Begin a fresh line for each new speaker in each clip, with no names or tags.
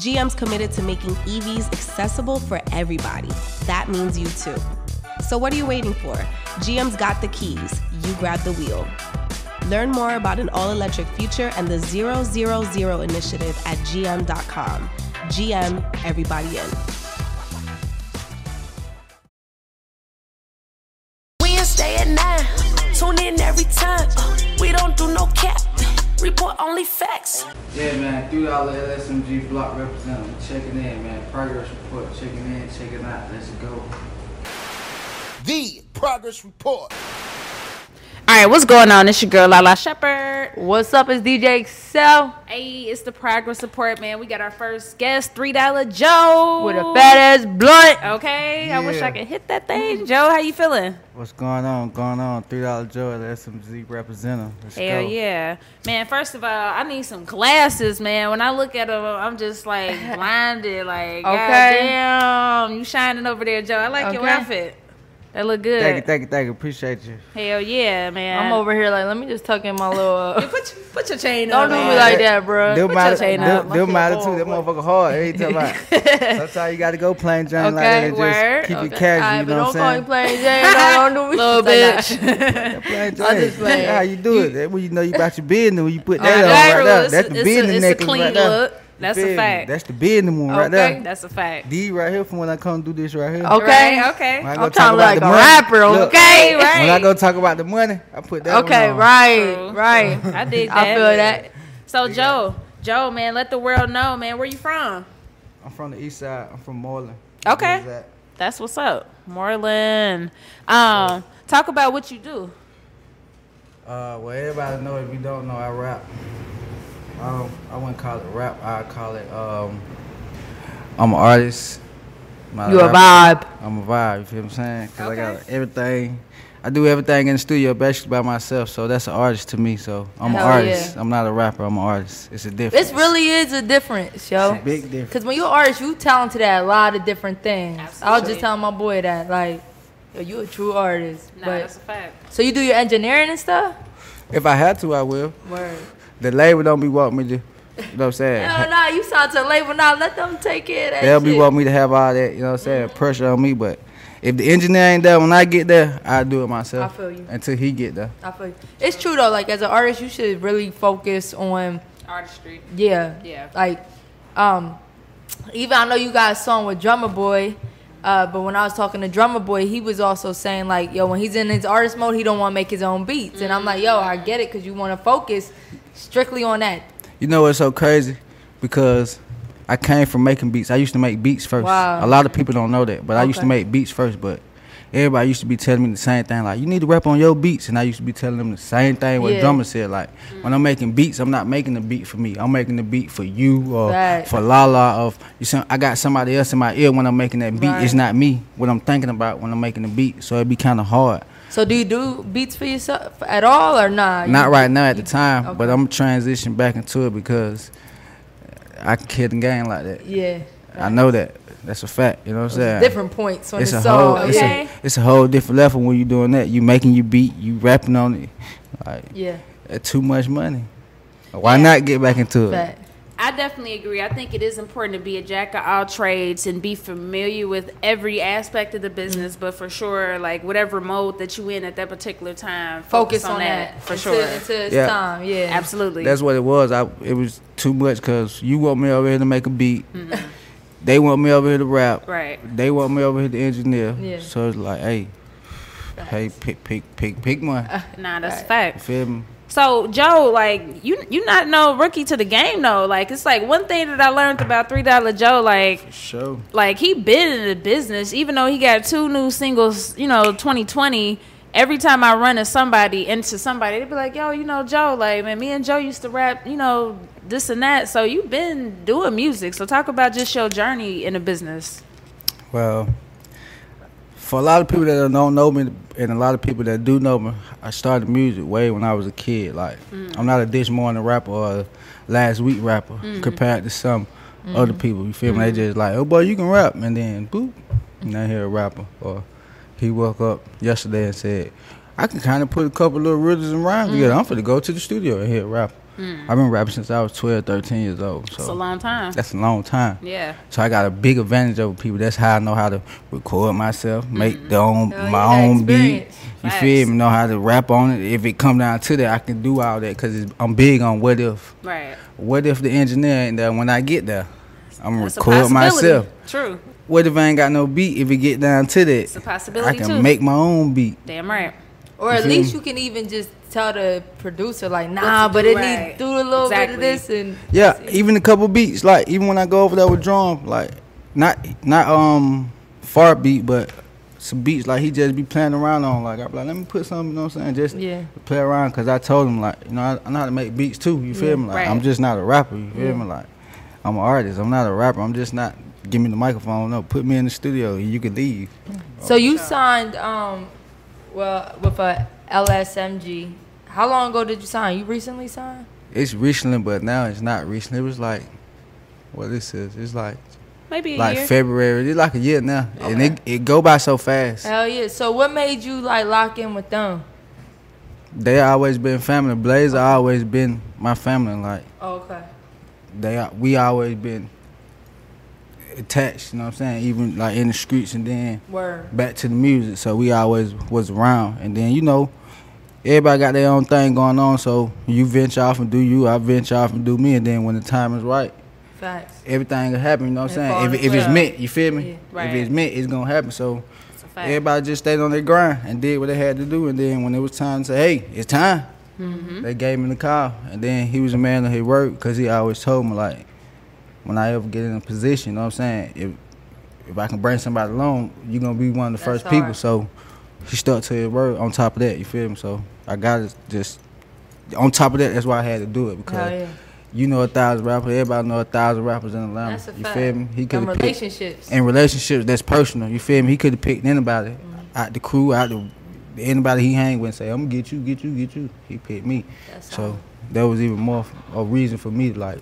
GM's committed to making EVs accessible for everybody. That means you too. So, what are you waiting for? GM's got the keys, you grab the wheel. Learn more about an all electric future and the 000 initiative at gm.com. GM, everybody in.
Wednesday at nine. Tune in every time. Uh, we don't do no cap. Report only facts.
Yeah, man, $3 LSMG block representative checking in, man. Progress report checking in, checking out. Let's go.
The Progress Report.
All right, what's going on? It's your girl Lala Shepherd.
What's up? It's DJ Excel
Hey, it's the progress support, man. We got our first guest, three dollar Joe.
with a fat ass blunt.
Okay, I wish
Yeah.
I could hit that thing, Joe. How you feeling?
What's going on? Going on? $3 Joe at SMG representative. Let's
Hell
go.
yeah, man. First of all, I need some glasses, man. When I look at them, I'm just like blinded. Like, goddamn, you shining over there, Joe. I like your
Okay.
outfit. That look good.
Thank you, thank you, thank you. Appreciate you.
Hell yeah, man.
I'm over here like, let me just tuck in my little. Uh,
Put your, put your chain
don't
on.
do me
man.
like that, bro.
Them matter,
chain up.
them,
My
them
shit
matter
hard,
too. That motherfucker hard. Every time I, sometimes you gotta go plain John like that
Okay,
and just
word.
keep
okay.
it casual.
All right,
you
but
know
don't
what
call me plain Jane.
I'm saying?
No, don't do me
Little
like that.
Plain
I'm just
Jane.
playing.
That's how you do it. That when you know you about your business when you put that
That
on right
real.
there.
It's
That's
a-
the
it's a-
business
It's a
necklace right
clean
there.
look. That's
Business.
a fact.
That's the business one right
Okay.
there.
That's a fact.
D right here from when I come do this right here.
Okay.
Right? Okay.
When I go
I'm
talk
trying to look
about
like
the
a
money-
rapper,
look,
okay?
Right.
When I go talk about the money, I put that.
Okay,
one on.
right,
True.
right.
I did that.
I feel that.
So Joe, Joe, man, let the world know, man, where you from?
I'm from the east side. I'm from Moreland.
Okay.
Where's that?
That's what's up, Moreland. Um, talk about what you do.
Uh, well, everybody know. If you don't know, I rap. Um, I wouldn't call it rap. I call it. Um, I'm an artist. Not
You a
rapper.
vibe.
I'm a vibe. You feel what I'm saying? 'Cause I got everything. I do everything in the studio basically by myself. So that's an artist to me. So I'm
Hell
an artist.
yeah.
I'm not a rapper. I'm an artist. It's a difference.
This really is a difference, yo.
It's a big difference.
Cause when you're an artist, you talented at a lot of different things. I was just telling my boy that, like, yo, you a true artist.
Nah,
but
that's a fact.
so you do your engineering and stuff.
If I had to, I will.
Word.
The label don't be wanting me to. You know what I'm saying?
Hell nah, you signed to a label now. Let them take care of that.
They'll be
shit. Mm-hmm.
want me to have all that, you know what I'm saying, pressure on me. But if the engineer ain't there when I get there, I do it myself.
I feel you.
Until he get there.
I feel you. It's true though. Like as an artist, you should really focus on
Artistry.
yeah,
Yeah.
Like, um, even I know you got a song with Drummer Boy, uh, but when I was talking to Drummer Boy, he was also saying like, yo, when he's in his artist mode, he don't want to make his own beats, and I'm like, yo, I
Mm-hmm.
get it, cause you want to focus strictly on that.
You know what's so crazy? Because I came from making beats. I used to make beats first.
Wow.
A lot of people don't know that, but I used to
Okay.
make beats first. But everybody used to be telling me the same thing, like you need to rap on your beats, and I used to be telling them the same thing what
Yeah. Mm.
drummer said. Like when I'm making beats, I'm not making the beat for me. I'm making the beat for you or
Right.
for Lala. Of you, see, I got somebody else in my ear when I'm making that beat.
Right.
It's not me. What I'm thinking about when I'm making the beat. So it'd be kind of hard.
So do you do beats for yourself at all or not?
Not right now at the time, but
okay.
I'm transitioning back into it because I can kill the game like that.
Yeah.
I know that. That's a fact. You know what I'm saying?
Different points on
It's
the
a
song.
whole. It's,
Okay.
a, it's a whole different level when you doing that. You making your beat. You rapping on it. Like
yeah.
that's too much money. Why not get back into it?
Fact.
I definitely agree. I think it is important to be a jack of all trades and be familiar with every aspect of the business, but for sure, like whatever mode that you in at that particular time,
Focus, on, that,
for
until,
sure.
Until it's
Yeah.
time. Yeah.
Absolutely.
That's what it was. I it was too much because you want me over here to make a beat.
Mm-hmm.
They want me over here to rap.
Right.
They want me over here to engineer.
Yeah.
So it's like, hey, hey, pick, pick, pick, pick one.
nah, that's a
You
fact.
feel me?
So Joe, like you, you not no rookie to the game though. Like it's like one thing that I learned about three dollar Joe. Like
Sure.
like he been in the business even though he got two new singles you know 2020 every time i run into somebody into somebody they be like yo you know joe like man me and joe used to rap you know this and that so you've been doing music so talk about just your journey in the business
Well, for a lot of people that don't know me and a lot of people that do know me, I started music way when I was a kid. Like
Mm.
I'm not a this morning rapper or a last week rapper
Mm-hmm.
compared to some other people. You feel me? They just like, oh boy, you can rap, and then boop, and I hear a rapper. Or he woke up yesterday and said, I can kind of put a couple little riddles and rhymes together.
Mm.
I'm finna go to the studio and hear a rapper. I've been rapping since I was 12, 13 years old. So
It's Mm. a long time.
that's a long time.
Yeah.
So I got a big advantage over people. That's how I know how to record myself,
Mm-hmm.
make the own
Oh,
my
you got
own beat.
experience.
You
Facts.
feel me? Know how to rap on it. If it come down to that, I can do all that because I'm big on what if.
Right.
What if the engineer ain't there when I get there? I'm gonna
That's a
record
possibility.
myself.
True.
What if I ain't got no beat? If it get down to that,
a possibility,
I can
too.
make my own beat.
Damn right.
Or at
feel
least
me?
you can even just tell the producer like, nah,
do,
but it
right.
needs do a little bit of
Exactly.
this and
Yeah, even a couple beats. Like even when I go over there with drum, like not not um far beat, but some beats like he just be playing around on. Like I be like, let me put something. You know what I'm saying? Just
Yeah.
play around because I told him like you know I, I know how to make beats too. You feel me? Like I'm
Mm, right.
just not a rapper. You feel me? Like I'm an artist. I'm not a rapper. I'm just not. Give me the microphone. No, put me in the studio. and You can leave.
So you signed um well with a LSMG. How long ago did you sign? You recently signed?
It's recently, but now it's not recent. It was like what this is. It's like
Maybe a
like
year.
February. It's like a year now, and it it go by so fast.
Hell yeah. So what made you like lock in with them?
They always been family. Blaze always been my family. Like
Oh, Okay.
they, we always been attached. You know what I'm saying? Even like in the streets, and then
Word.
back to the music. So we always was around. And then you know, everybody got their own thing going on. So you venture off and do you. I venture off and do me. And then when the time is right,
Facts.
everything will happen. You know what I'm
It
saying?
fall
If,
in
if it's
love.
meant, you feel me?
Right.
If it's meant, it's gonna happen. So
It's a fact.
everybody just stayed on their grind and did what they had to do. And then when it was time to say, hey, it's time,
Mm-hmm.
they gave me the call. And then he was a man of his word because he always told me, like, when I ever get in a position, you know what I'm saying? If, if I can bring somebody along, you're going to be one of the
That's
first people.
hard.
So he stuck to his word on top of that, you feel me? So I got to just, on top of that, that's why I had to do it because.
Hell yeah.
You know a thousand rappers. Everybody know a thousand rappers in Atlanta.
That's a
Um, you
fact.
feel me? He
Them
coulda picked-
relationships.
in relationships that's personal. You feel me? He could have picked anybody out the crew, out the anybody he hang with, and say, "I'm gonna get you, get you, get you." He picked me,
That's
so
all.
that was even more f- a reason for me. Like,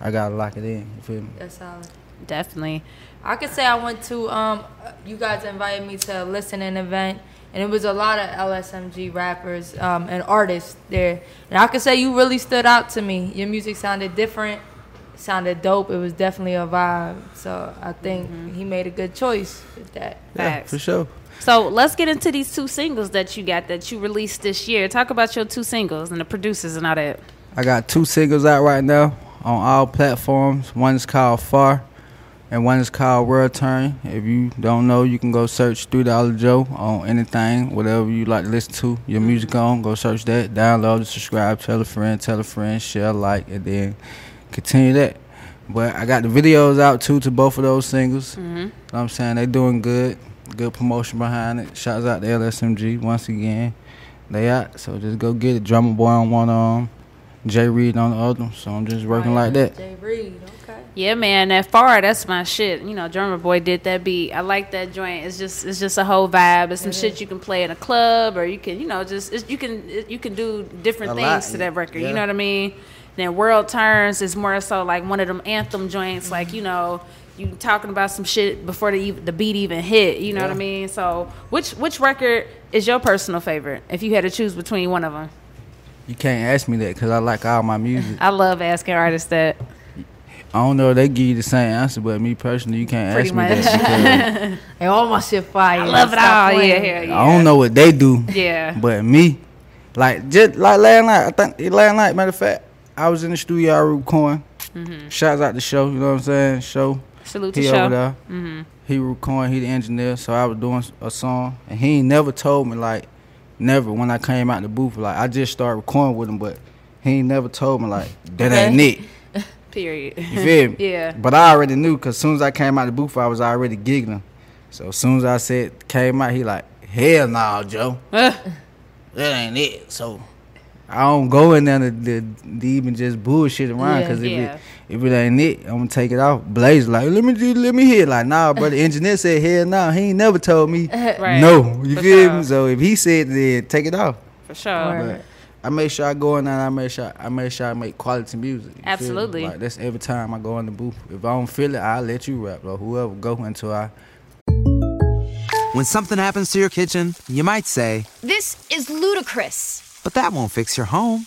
I gotta lock it in. You feel me?
That's solid.
Definitely.
I could say I went to um you guys invited me to a listening event and it was a lot of LSMG rappers um, and artists there. And I could say you really stood out to me. Your music sounded different, sounded dope. It was definitely a vibe. So I think he made a good choice with that.
Yeah,
Facts.
for sure.
So let's get into these two singles that you got that you released this year. Talk about your two singles and the producers and all that.
I got two singles out right now on all platforms. One is called Far, and one is called World Turn. If you don't know, you can go search Three Dollar Joe on anything, whatever you like to listen to your music on. Go search that, download, it, subscribe, tell a friend, tell a friend, share, like, and then continue that. But I got the videos out too to both of those singles. You know what I'm saying they doing good, good promotion behind it. Shouts out to LSMG once again. They out, so just go get it. Drummer boy on one arm, Jay Reed on the other. So I'm just working like that.
Jay Reed, okay.
Yeah, man, that far, that's my shit. You know, drummer boy did that beat. I like that joint. It's just, it's just a whole vibe. It's some shit you can play in a club, or you can, you know, just it's, you can, it- you can do different
A
things
lot,
to that record.
yeah.
You know what I mean? Then world turns is more so like one of them anthem joints.
Mm-hmm.
Like you know, you talking about some shit before the ev- the beat even hit. You know what I mean? So which which record is your personal favorite? If you had to choose between one of them,
You can't ask me that because I like all my music.
I love asking artists that.
I don't know if they give you the same answer, but me personally, you can't
Pretty
ask me that. because
And all my shit fire.
I love it all. Yeah, yeah, yeah.
I don't know what they do.
Yeah.
But me, like just like last night, I think last night, matter of fact, I was in the studio. I recording. Shouts out the show. You know what I'm saying? Show.
Mm-hmm. Salute to Mm.
he
show.
over there. He recording. He the engineer. So I was doing a song, and he ain't never told me like, never when I came out the booth. Like I just started recording with him, but he ain't never told me like that ain't it.
Period.
You feel me?
Hmm. Yeah.
But I already knew because soon as I came out the booth, I was already giggling. So as soon as I said came out, he like, hell nah, Joe. that ain't it. So I don't go in there to, to, to even just bullshit around
Yeah.
because if
Yeah.
it if it ain't it, I'm gonna take it off. Blaze like, let me do, let me hit. Like, nah, brother. Engineer said, hell no. He ain't never told me
Right.
no. You
For
feel
sure.
me? So if he said, then take it off.
for sure.
Right.
But I make sure I go in there. and I make sure I make sure I make quality music. you feel me?
Absolutely.
Like that's every time I go in the booth. If I don't feel it, I let you rap or whoever go until I
When something happens to your kitchen, you might say,
This is ludicrous.
but that won't fix your home.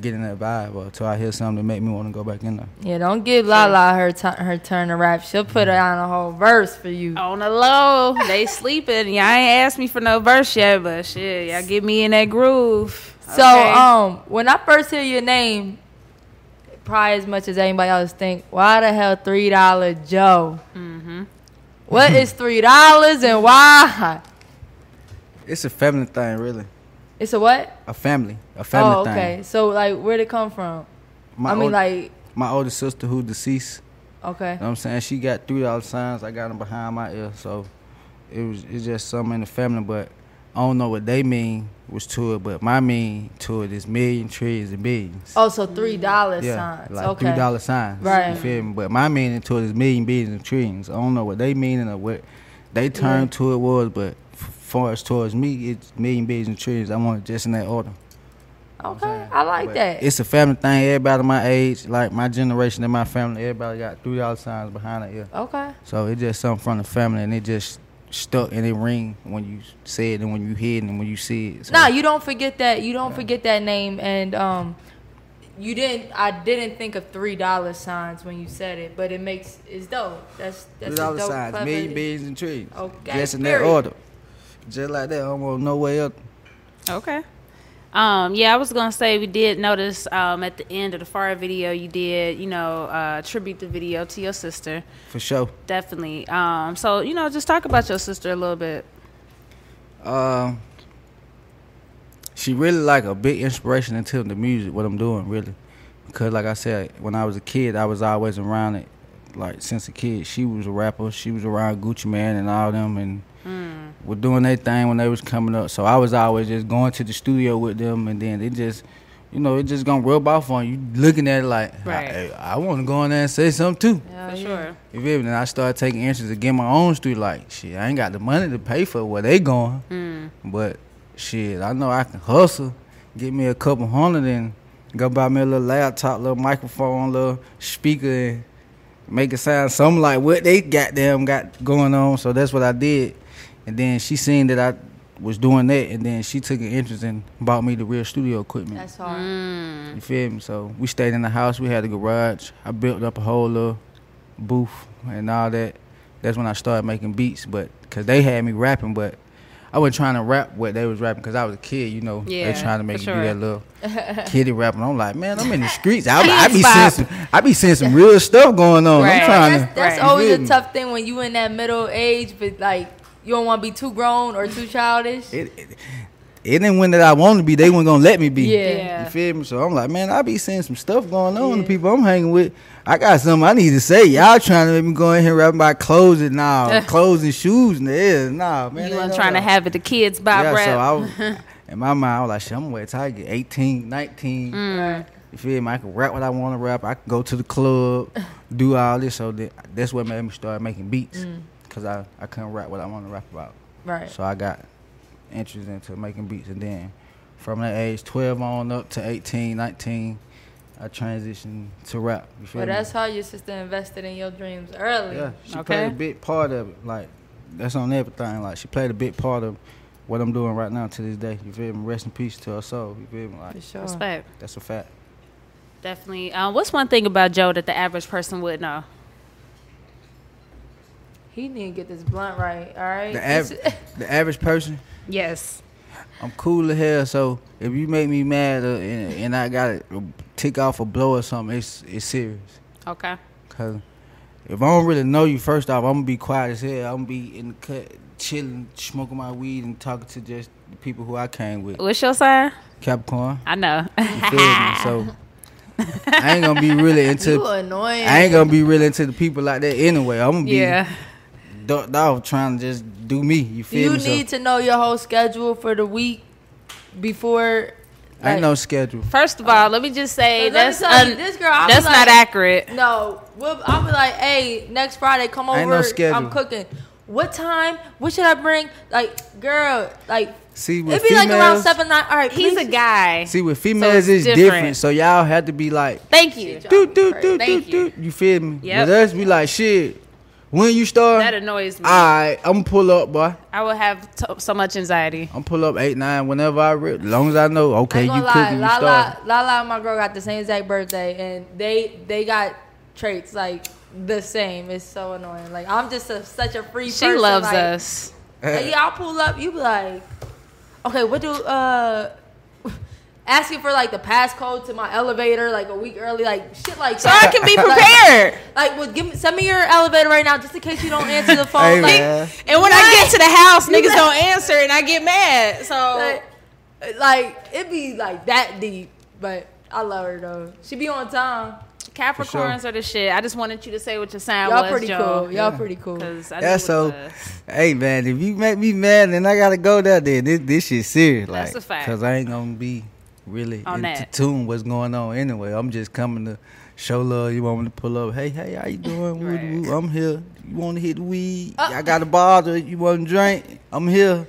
get in that vibe or until I hear something that make me want to go back in there.
Yeah, don't give Lala her tu- her turn to rap. She'll put her on a whole verse for you.
On the low, they sleeping. Y'all ain't asked me for no verse yet, but shit, y'all get me in that groove.
So
Okay.
um, when I first hear your name, probably as much as anybody else think, why the hell three dollar Joe? What is three dollars and why?
It's a family thing, really.
It's a what?
A family, a family
oh, okay.
thing.
So like, where'd it come from?
My
I mean,
old-
like,
my older sister who deceased.
okay,
You know what I'm saying? She got three dollar signs. I got them behind my ear. So it was it's just something in the family, but I don't know what they mean was to it, but my mean to it is million, trillions, and billions.
oh, so three dollar signs.
like
okay,
three dollar signs. You
Right.
feel me? But my meaning to it is million, billions, and trillions. I don't know what they meaning or what they term to it was, but f- far as towards me, it's million, billions, and trillions. I want it just in that order.
Okay, I like
But
that.
It's a family thing. Everybody my age, like my generation and my family, everybody got three dollar signs behind their ear.
okay.
So it's just something from the family, and it just stuck and it ring when you say it and when you hear it and when you see it. So
Nah, you don't forget that. You don't forget that name, and um, you didn't. I didn't think of three dollar signs when you said it, but it makes it's dope. That's that's
three
a
dollar
dope,
signs,
clever-
million, billions, and trillions.
Okay,
just in that
period.
order, just like that. Almost no way up.
Uh, Okay. Um, yeah, I was gonna say we did notice um, at the end of the fire video you did, you know, uh, tribute the video to your sister.
For sure.
Definitely. Um, so you know, just talk about your sister a little bit.
Um, she really like a big inspiration into the music, what I'm doing really, because like I said, when I was a kid, I was always around it. Like since a kid, she was a rapper. She was around Gucci Man and all them, and were doing their thing when they was coming up. So I was always just going to the studio with them, and then it just, you know, it just gonna rub off on you. Looking at it like,
Right.
I, I want to go in there and say something too.
for sure.
You feel me? Then I started taking interest to get my own street. Like, shit, I ain't got the money to pay for where they going. But shit, I know I can hustle, get me a couple hundred, and go buy me a little laptop, little microphone, little speaker, and make it sound something like what they goddamn got going on. So that's what I did. And then she seen that I was doing that, and then she took an interest and bought me the real studio equipment.
That's hard.
Mm-hmm.
You feel me? So we stayed in the house. We had a garage. I built up a whole little booth and all that. That's when I started making beats, but because they had me rapping, but I wasn't trying to rap what they was rapping because I was a kid, you know.
Yeah,
they trying to make
for
you do
sure.
that little kiddie rapping. I'm like, man, I'm in the streets. I, I be
Kids
seeing
bop.
some, I be seeing some real stuff going on.
Right.
I'm trying
That's,
to.
that's
you
always
feel
a
me?
tough thing when you in that middle age, but like you don't want to be too grown or too childish.
It, it, it didn't when that I wanted to be. They weren't gonna let me be.
Yeah.
Yeah.
You feel me? So I'm like, man, I be seeing some stuff going on. The people I'm hanging with, I got something I need to say. Y'all trying to make me go in here rapping about clothes and nah, clothes and shoes and this. Nah, man.
you
ain't
were
no-
trying to have it the kids bop
yeah,
rap.
so I was, in my mind, I was like, shit, I'm gonna wait till I get 18, 19.
Mm.
You feel me? I can rap what I want to rap. I can go to the club, do all this. So that, that's what made me start making beats.
Mm.
Because I, I couldn't rap what I want to rap about.
Right.
So I got interested into making beats. And then from that age, 12 on up to 18, 19, I transitioned to rap. You feel
But
me?
that's how your sister invested in your dreams early.
Yeah, she
Okay.
played a big part of it. Like that's on everything. Like she played a big part of what I'm doing right now to this day. You feel me? Rest in peace to her soul. You feel me? Like
For sure.
Respect.
that's a fact.
Definitely. Um, what's one thing about Joe that the average person would know?
He need to get this blunt right. All right.
The,
This-
av- the average person.
Yes.
I'm cool as hell. So if you make me mad uh, and, and I got to tick off a blow or something, it's it's serious.
Okay.
Cause If I don't really know you, first off, I'm gonna be quiet as hell. I'm gonna be in the cut, chilling, smoking my weed, and talking to just the people who I came with.
What's your sign?
Capricorn.
I know.
You feel me? So I ain't gonna be really into.
You annoying.
I ain't gonna be really into the people like that anyway. I'm gonna be
Yeah.
ducked off trying to just do me. You
Do
feel
you
me? So,
need to know your whole schedule for the week before?
I ain't no schedule.
First of all, let me just say
Let me
that's
tell you,
un-
this girl, I was
that's
like-
not accurate.
No, we'll, I'll be like, hey, next Friday, come over.
Ain't no schedule.
I'm cooking. What time? What should I bring? Like, girl, like
See, with
it'd be like around
females-
seven nine. All right, he's a
guy.
See, with females,
So it's
it's different.
different.
So y'all have to be like,
Thank you.
do do do do
Thank you.
do. You feel me?
Yep.
With us, we like shit. When you start,
That annoys me.
All right, I'm pull up, boy.
I would have to so much anxiety.
I'm pull up eight nine whenever I re- as long as I know. Okay,
I
you
ain't gonna
cooking,
lie,
you
Lala,
start.
Lala, and my girl got the same exact birthday, and they they got traits like the same. It's so annoying. Like I'm just a, such a free.
She
person,
loves
like-
us.
Like, yeah, I'll pull up. You be like, okay, what do uh. Asking for like the passcode to my elevator like a week early, like shit like
So
that.
I can be
Like-
prepared.
Like, well, give me send me your elevator right now, just in case you don't answer the phone.
Hey,
like,
man. And when I get to the house, niggas don't answer, and I get mad. So
like, like, it be like that deep, but I love her though. She be on time.
Capricorns are the shit. I just wanted you to say what your sign
Y'all
was.
pretty
Joe.
cool. Y'all pretty cool.
'Cause I knew
That's
what
so.
it was.
Hey man, if you make me mad, then I gotta go down there. This this shit serious, like,
That's a fact.
cause I ain't gonna be really
On
into
that.
tune what's going on anyway. I'm just coming to show love. You want me to pull up? Hey hey, how you doing? Woo, woo, I'm here. You want to hit the weed?
Uh.
I got a bottle. You want to drink? I'm here.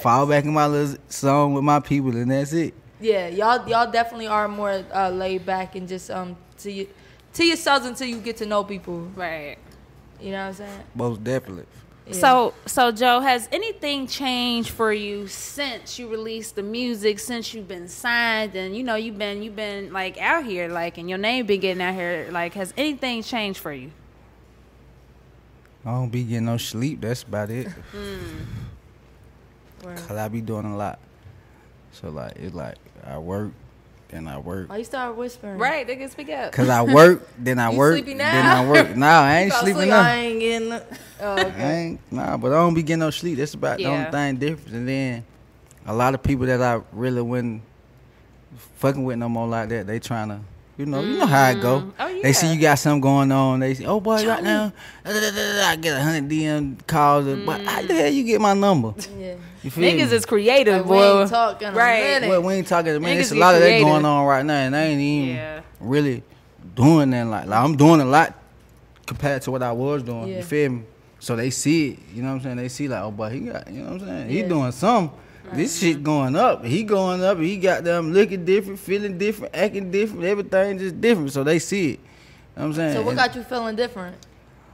Fall back in my little song with my people, and that's it.
Yeah, y'all y'all definitely are more uh, laid back and just um to you to yourselves until you get to know people.
Right.
You know what I'm saying?
Most definitely.
So, so Joe, has anything changed for you since you released the music? Since you've been signed, and you know you've been you've been like out here, like, and your name been getting out here. Like, has anything changed for you?
I don't be getting no sleep. That's about it.
Hmm. Word.
Cause I be doing a lot. So like it's like I work, then I work.
Why you start whispering?
Right, they can speak up.
Cause I work, then I
You
work,
sleepy
then
now?
I work. Nah, I ain't
Y'all
sleeping
sleep,
now.
I ain't getting. no- Oh,
I
okay.
ain't nah, but I don't be getting no sleep. That's about the
Yeah.
only thing different. And then a lot of people that I really wasn't fucking with no more like that, they trying to you know, you know how it go.
Mm. Oh,
They see
yeah.
you got something going on. They say, "Oh boy, right now, da, da, da, da, da, I get a hundred DM calls. But how the hell you get my number?
Yeah.
You feel
Niggas
me?
is creative,
we
boy.
ain't talking
right.
a minute.
Well, we ain't talking. Man,
Niggas
it's a
get
lot of that
creative.
going on right now, and I ain't even really doing that. Like, like, I'm doing a lot compared to what I was doing.
Yeah.
You feel me? So they see it. You know what I'm saying? They see like, oh, but he got. You know what I'm saying? He
Yeah.
doing something. This shit going up. He going up. He got them looking different, feeling different, acting different. Everything just different. So they see it. You know what I'm saying?
So what
And
got you feeling different?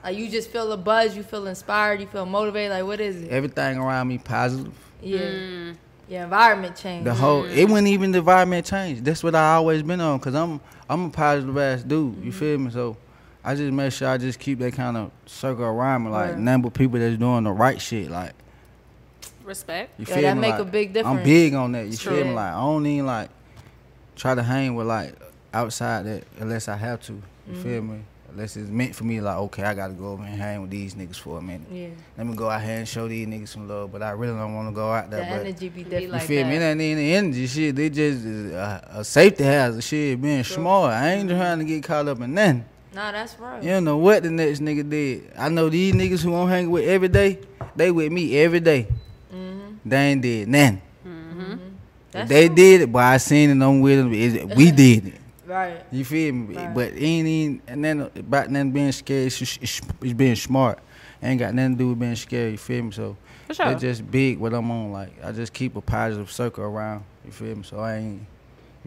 Like you just feel a buzz, you feel inspired, you feel motivated. Like what is it?
everything around me positive.
Yeah, your environment changed.
The whole it wasn't even the environment change. That's what I always been on because I'm I'm a positive ass dude.
Mm-hmm.
You feel me? So I just make sure I just keep that kind of circle around me, like
Right.
none but people that's doing the right shit. Like
Respect.
you feel me? Like, I'm big on that. You feel me? Like I don't even like try to hang with like outside that unless I have to. You feel
Mhm.
Mm-hmm.
me? Unless it's meant for me. Like okay, I gotta go over and hang with these niggas for a minute.
Yeah.
Let me go out here and show these niggas some love, but I really don't want to go out
The
there. but
energy be different.
you feel me? It ain't even energy shit. They just is a, a safety hazard shit. Being smart. I ain't
Mm-hmm.
trying to get caught up in nothing.
Nah, that's right.
You don't know what the next nigga did. I know these niggas who I'm hanging with every day. They with me every day. They ain't did nothing. If
Mm-hmm. That's
they did it, but I seen it. I'm with them. It's- We did it.
Right.
You feel me? But it ain't even and then about nothing being scared. It's, just- it's, it's being smart. Ain't got nothing to do with being scared. You feel me? So
For sure.
it's just big what I'm on. Like I just keep a positive circle around. You feel me? So I ain't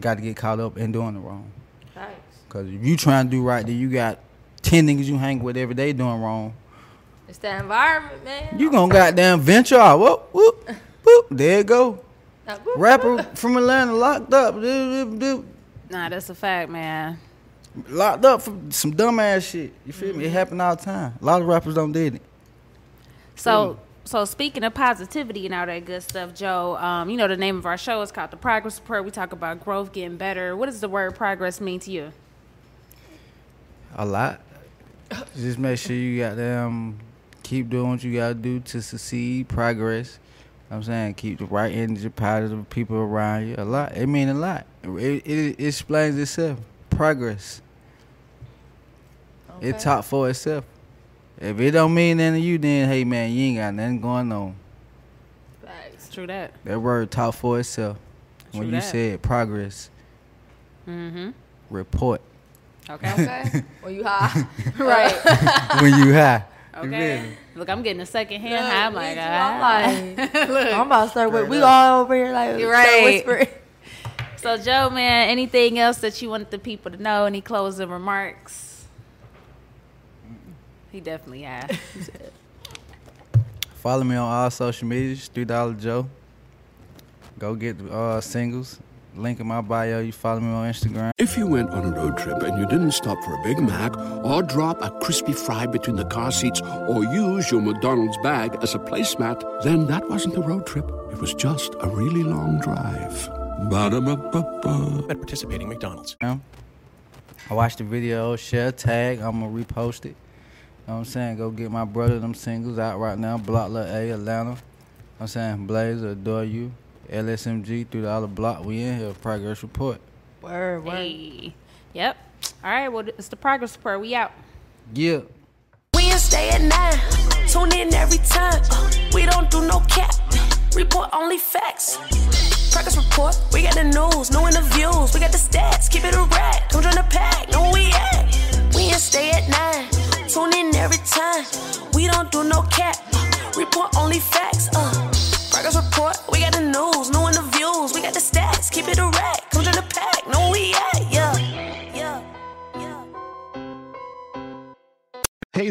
got to get caught up in doing the wrong. Cause if you trying to do right, then you got ten niggas you hang with every day doing wrong.
It's the environment, man.
You gonna goddamn venture out. Whoop whoop whoop. There it go.
Like,
Rapper from Atlanta locked up. Do, do, do.
Nah, that's a fact, man.
locked up for some dumb ass shit. You feel me? It happened all the time. A lot of rappers don't did it.
So so speaking of positivity and all that good stuff, Joe, um, you know the name of our show is called the Progress Report. We talk about growth, getting better. What does the word progress mean to you?
A lot. Just make sure you got them. Keep doing what you gotta do to succeed, progress. I'm saying keep the right energy, positive people around you. A lot. It mean a lot. It, it, it explains itself. Progress. It talk for itself. If it don't mean nothing to you, then hey man, you ain't got nothing going on.
It's true that.
That word talk for itself.
True
when you
that.
said progress,
Mm-hmm.
report.
Okay.
Okay. When you high.
right.
when you high. You feel me?
Okay. Look, I'm getting a second hand high. I'm like,
I'm
ah.
like,
Look.
I'm about to start with.
Straight
We
up.
all over here like
You're
start
right.
whispering.
So, Joe, man, anything else that you want the people to know? Any closing remarks? He definitely high.
Follow me on all social medias, Three Dollar Joe. Go get uh, singles. Link in my bio. You follow me on Instagram.
If you went on a road trip and you didn't stop for a Big Mac or drop a crispy fry between the car seats or use your McDonald's bag as a placemat, then that wasn't a road trip. It was just a really long drive. Ba-da-ba-ba-ba. At participating McDonald's.
Instagram. I watch the video, share, tag. I'm gonna repost it. You know what I'm saying? Go get my brother them singles out right now. Block Lil A, Atlanta. I'm saying Blaze, adore you. LSMG through the other block. We in here. Progress report.
Word,
word. Yep. All right. Well, it's the progress report. We out.
Yeah.
Wednesday at nine. Tune in every time. Uh, We don't do no cap. Report only facts. Practice report. We got the news, new interviews. We got the stats. Keep it a rack. Don't join the pack. Know where we at. Wednesday at nine. Tune in every time. We don't do no cap. Report only facts. Uh. Progress report. We got the news, new interviews. We got the stats. Keep it a rack. Don't join the pack. Know where we at. Yeah. Yeah.
Hey